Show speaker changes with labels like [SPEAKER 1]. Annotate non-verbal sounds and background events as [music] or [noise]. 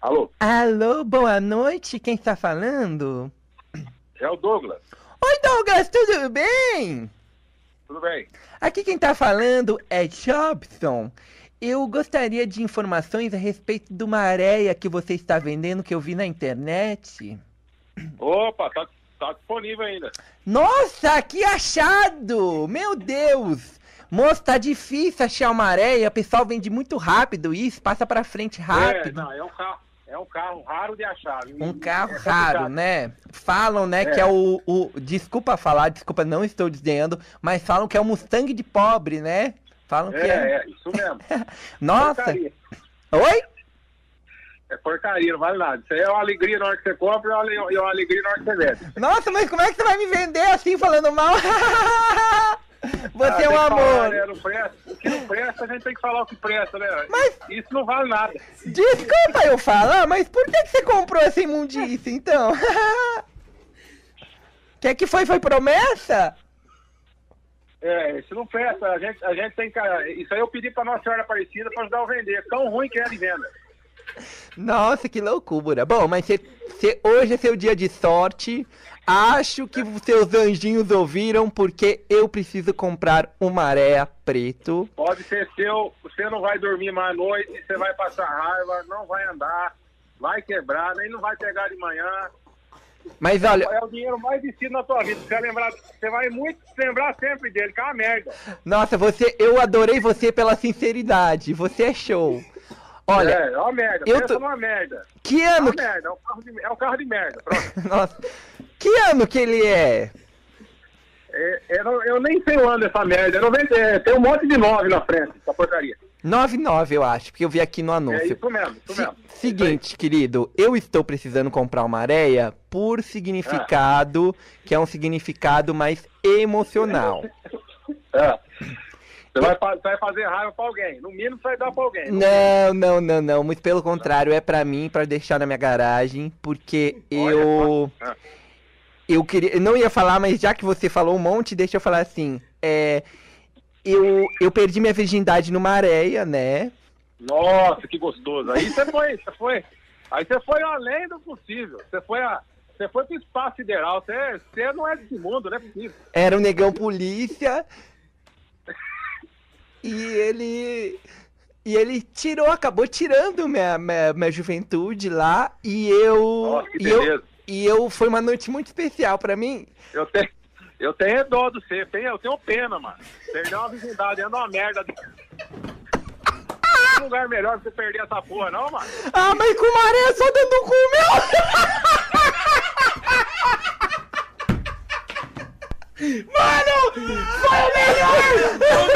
[SPEAKER 1] Alô?
[SPEAKER 2] Alô, boa noite, quem está falando?
[SPEAKER 1] É o Douglas.
[SPEAKER 2] Oi, Douglas, tudo bem?
[SPEAKER 1] Tudo bem?
[SPEAKER 2] Aqui quem está falando é Jobson. Eu gostaria de informações a respeito de uma areia que você está vendendo que eu vi na internet.
[SPEAKER 1] Opa, tá, tá disponível ainda.
[SPEAKER 2] Nossa, que achado! Meu Deus! Moço, tá difícil achar uma areia, o pessoal vende muito rápido isso, passa pra frente
[SPEAKER 1] É,
[SPEAKER 2] rápido.
[SPEAKER 1] não, é um carro, é um carro raro de achar. viu?
[SPEAKER 2] Um carro
[SPEAKER 1] É
[SPEAKER 2] raro,
[SPEAKER 1] complicado.
[SPEAKER 2] né? Falam, né, que é o, o- Desculpa falar, desculpa, não estou dizendo, mas falam que é o Mustang de pobre, né? Falam que
[SPEAKER 1] É, Tá
[SPEAKER 2] é.
[SPEAKER 1] é, isso mesmo.
[SPEAKER 2] [laughs] Nossa!
[SPEAKER 1] Porcaria.
[SPEAKER 2] Oi?
[SPEAKER 1] É porcaria, não vale nada. Isso aí é uma alegria na hora que você compra e é uma ale- e uma alegria na hora que você vende.
[SPEAKER 2] Nossa, mas como é que você vai me vender assim, falando mal? [laughs]
[SPEAKER 1] Ah,
[SPEAKER 2] você
[SPEAKER 1] tem
[SPEAKER 2] é um
[SPEAKER 1] que falar,
[SPEAKER 2] amor!
[SPEAKER 1] né, não presta. O que não presta, a gente tem que falar o que presta, né?
[SPEAKER 2] Mas-
[SPEAKER 1] Isso não vale nada.
[SPEAKER 2] Desculpa eu falar, mas por que, que você comprou essa imundícia, então? [laughs] que que foi? Foi promessa?
[SPEAKER 1] É, isso não presta. A gente, a gente tem que. Isso aí eu pedi pra Nossa Senhora Aparecida pra ajudar a vender. Tão ruim que é de venda.
[SPEAKER 2] Nossa, que loucura. Bom, mas cê- cê- hoje é seu dia de sorte. Acho que os seus anjinhos ouviram, porque eu preciso comprar uma areia preto.
[SPEAKER 1] Pode ser seu, você não vai dormir mais à noite, você vai passar raiva, não vai andar, vai quebrar, nem não vai pegar de manhã.
[SPEAKER 2] Mas olha,
[SPEAKER 1] É o dinheiro mais vestido na tua vida. Você vai lembrar, você vai muito lembrar sempre dele, que é uma merda.
[SPEAKER 2] nossa, você, eu adorei você pela sinceridade. Você é show. Olha,
[SPEAKER 1] é, é uma merda,
[SPEAKER 2] eu
[SPEAKER 1] pensa
[SPEAKER 2] tô-
[SPEAKER 1] numa merda.
[SPEAKER 2] que
[SPEAKER 1] É uma
[SPEAKER 2] ano?
[SPEAKER 1] merda, é um carro de, é um carro de merda. Pronto.
[SPEAKER 2] [laughs] Nossa, que ano que ele é?
[SPEAKER 1] É- é- eu, eu nem sei o ano dessa merda, eu não vendo, é, tem um monte de nove na frente, essa porcaria.
[SPEAKER 2] 99, eu acho, porque eu vi aqui no
[SPEAKER 1] É
[SPEAKER 2] anúncio.
[SPEAKER 1] isso mesmo, isso
[SPEAKER 2] Se-
[SPEAKER 1] mesmo.
[SPEAKER 2] seguinte, querido, eu estou precisando comprar uma areia por significado, que é um significado mais emocional.
[SPEAKER 1] [laughs] É. Você vai, fa- você vai fazer raiva pra alguém, no mínimo você vai dar pra alguém. é
[SPEAKER 2] Não,
[SPEAKER 1] um
[SPEAKER 2] não, não, não, muito pelo contrário, é pra mim, pra deixar na minha garagem, porque
[SPEAKER 1] Olha
[SPEAKER 2] eu
[SPEAKER 1] só. Ah.
[SPEAKER 2] eu queria, eu não ia falar, mas já que você falou um monte, deixa eu falar assim. É, eu eu perdi minha virgindade numa areia, né?
[SPEAKER 1] Nossa, que gostoso. Aí você foi, você foi. Aí você foi além do possível. Você foi a. Você foi pro espaço sideral. Você, você não é desse mundo, não é possível.
[SPEAKER 2] Era um negão polícia. E ele. E ele tirou, acabou tirando minha, minha, minha juventude lá. E eu.
[SPEAKER 1] Nossa, que
[SPEAKER 2] e eu,
[SPEAKER 1] beleza.
[SPEAKER 2] e eu. Foi uma noite muito especial pra mim.
[SPEAKER 1] Eu tenho, eu tenho dó do você. Tenho, eu tenho pena, mano. Perdeu uma virgindade, anda uma
[SPEAKER 2] [laughs]
[SPEAKER 1] merda. Tem lugar melhor pra você perder essa porra, não, mano?
[SPEAKER 2] Ah, mas com uma areia só dentro do cu, meu! [laughs] Mano! Foi o melhor!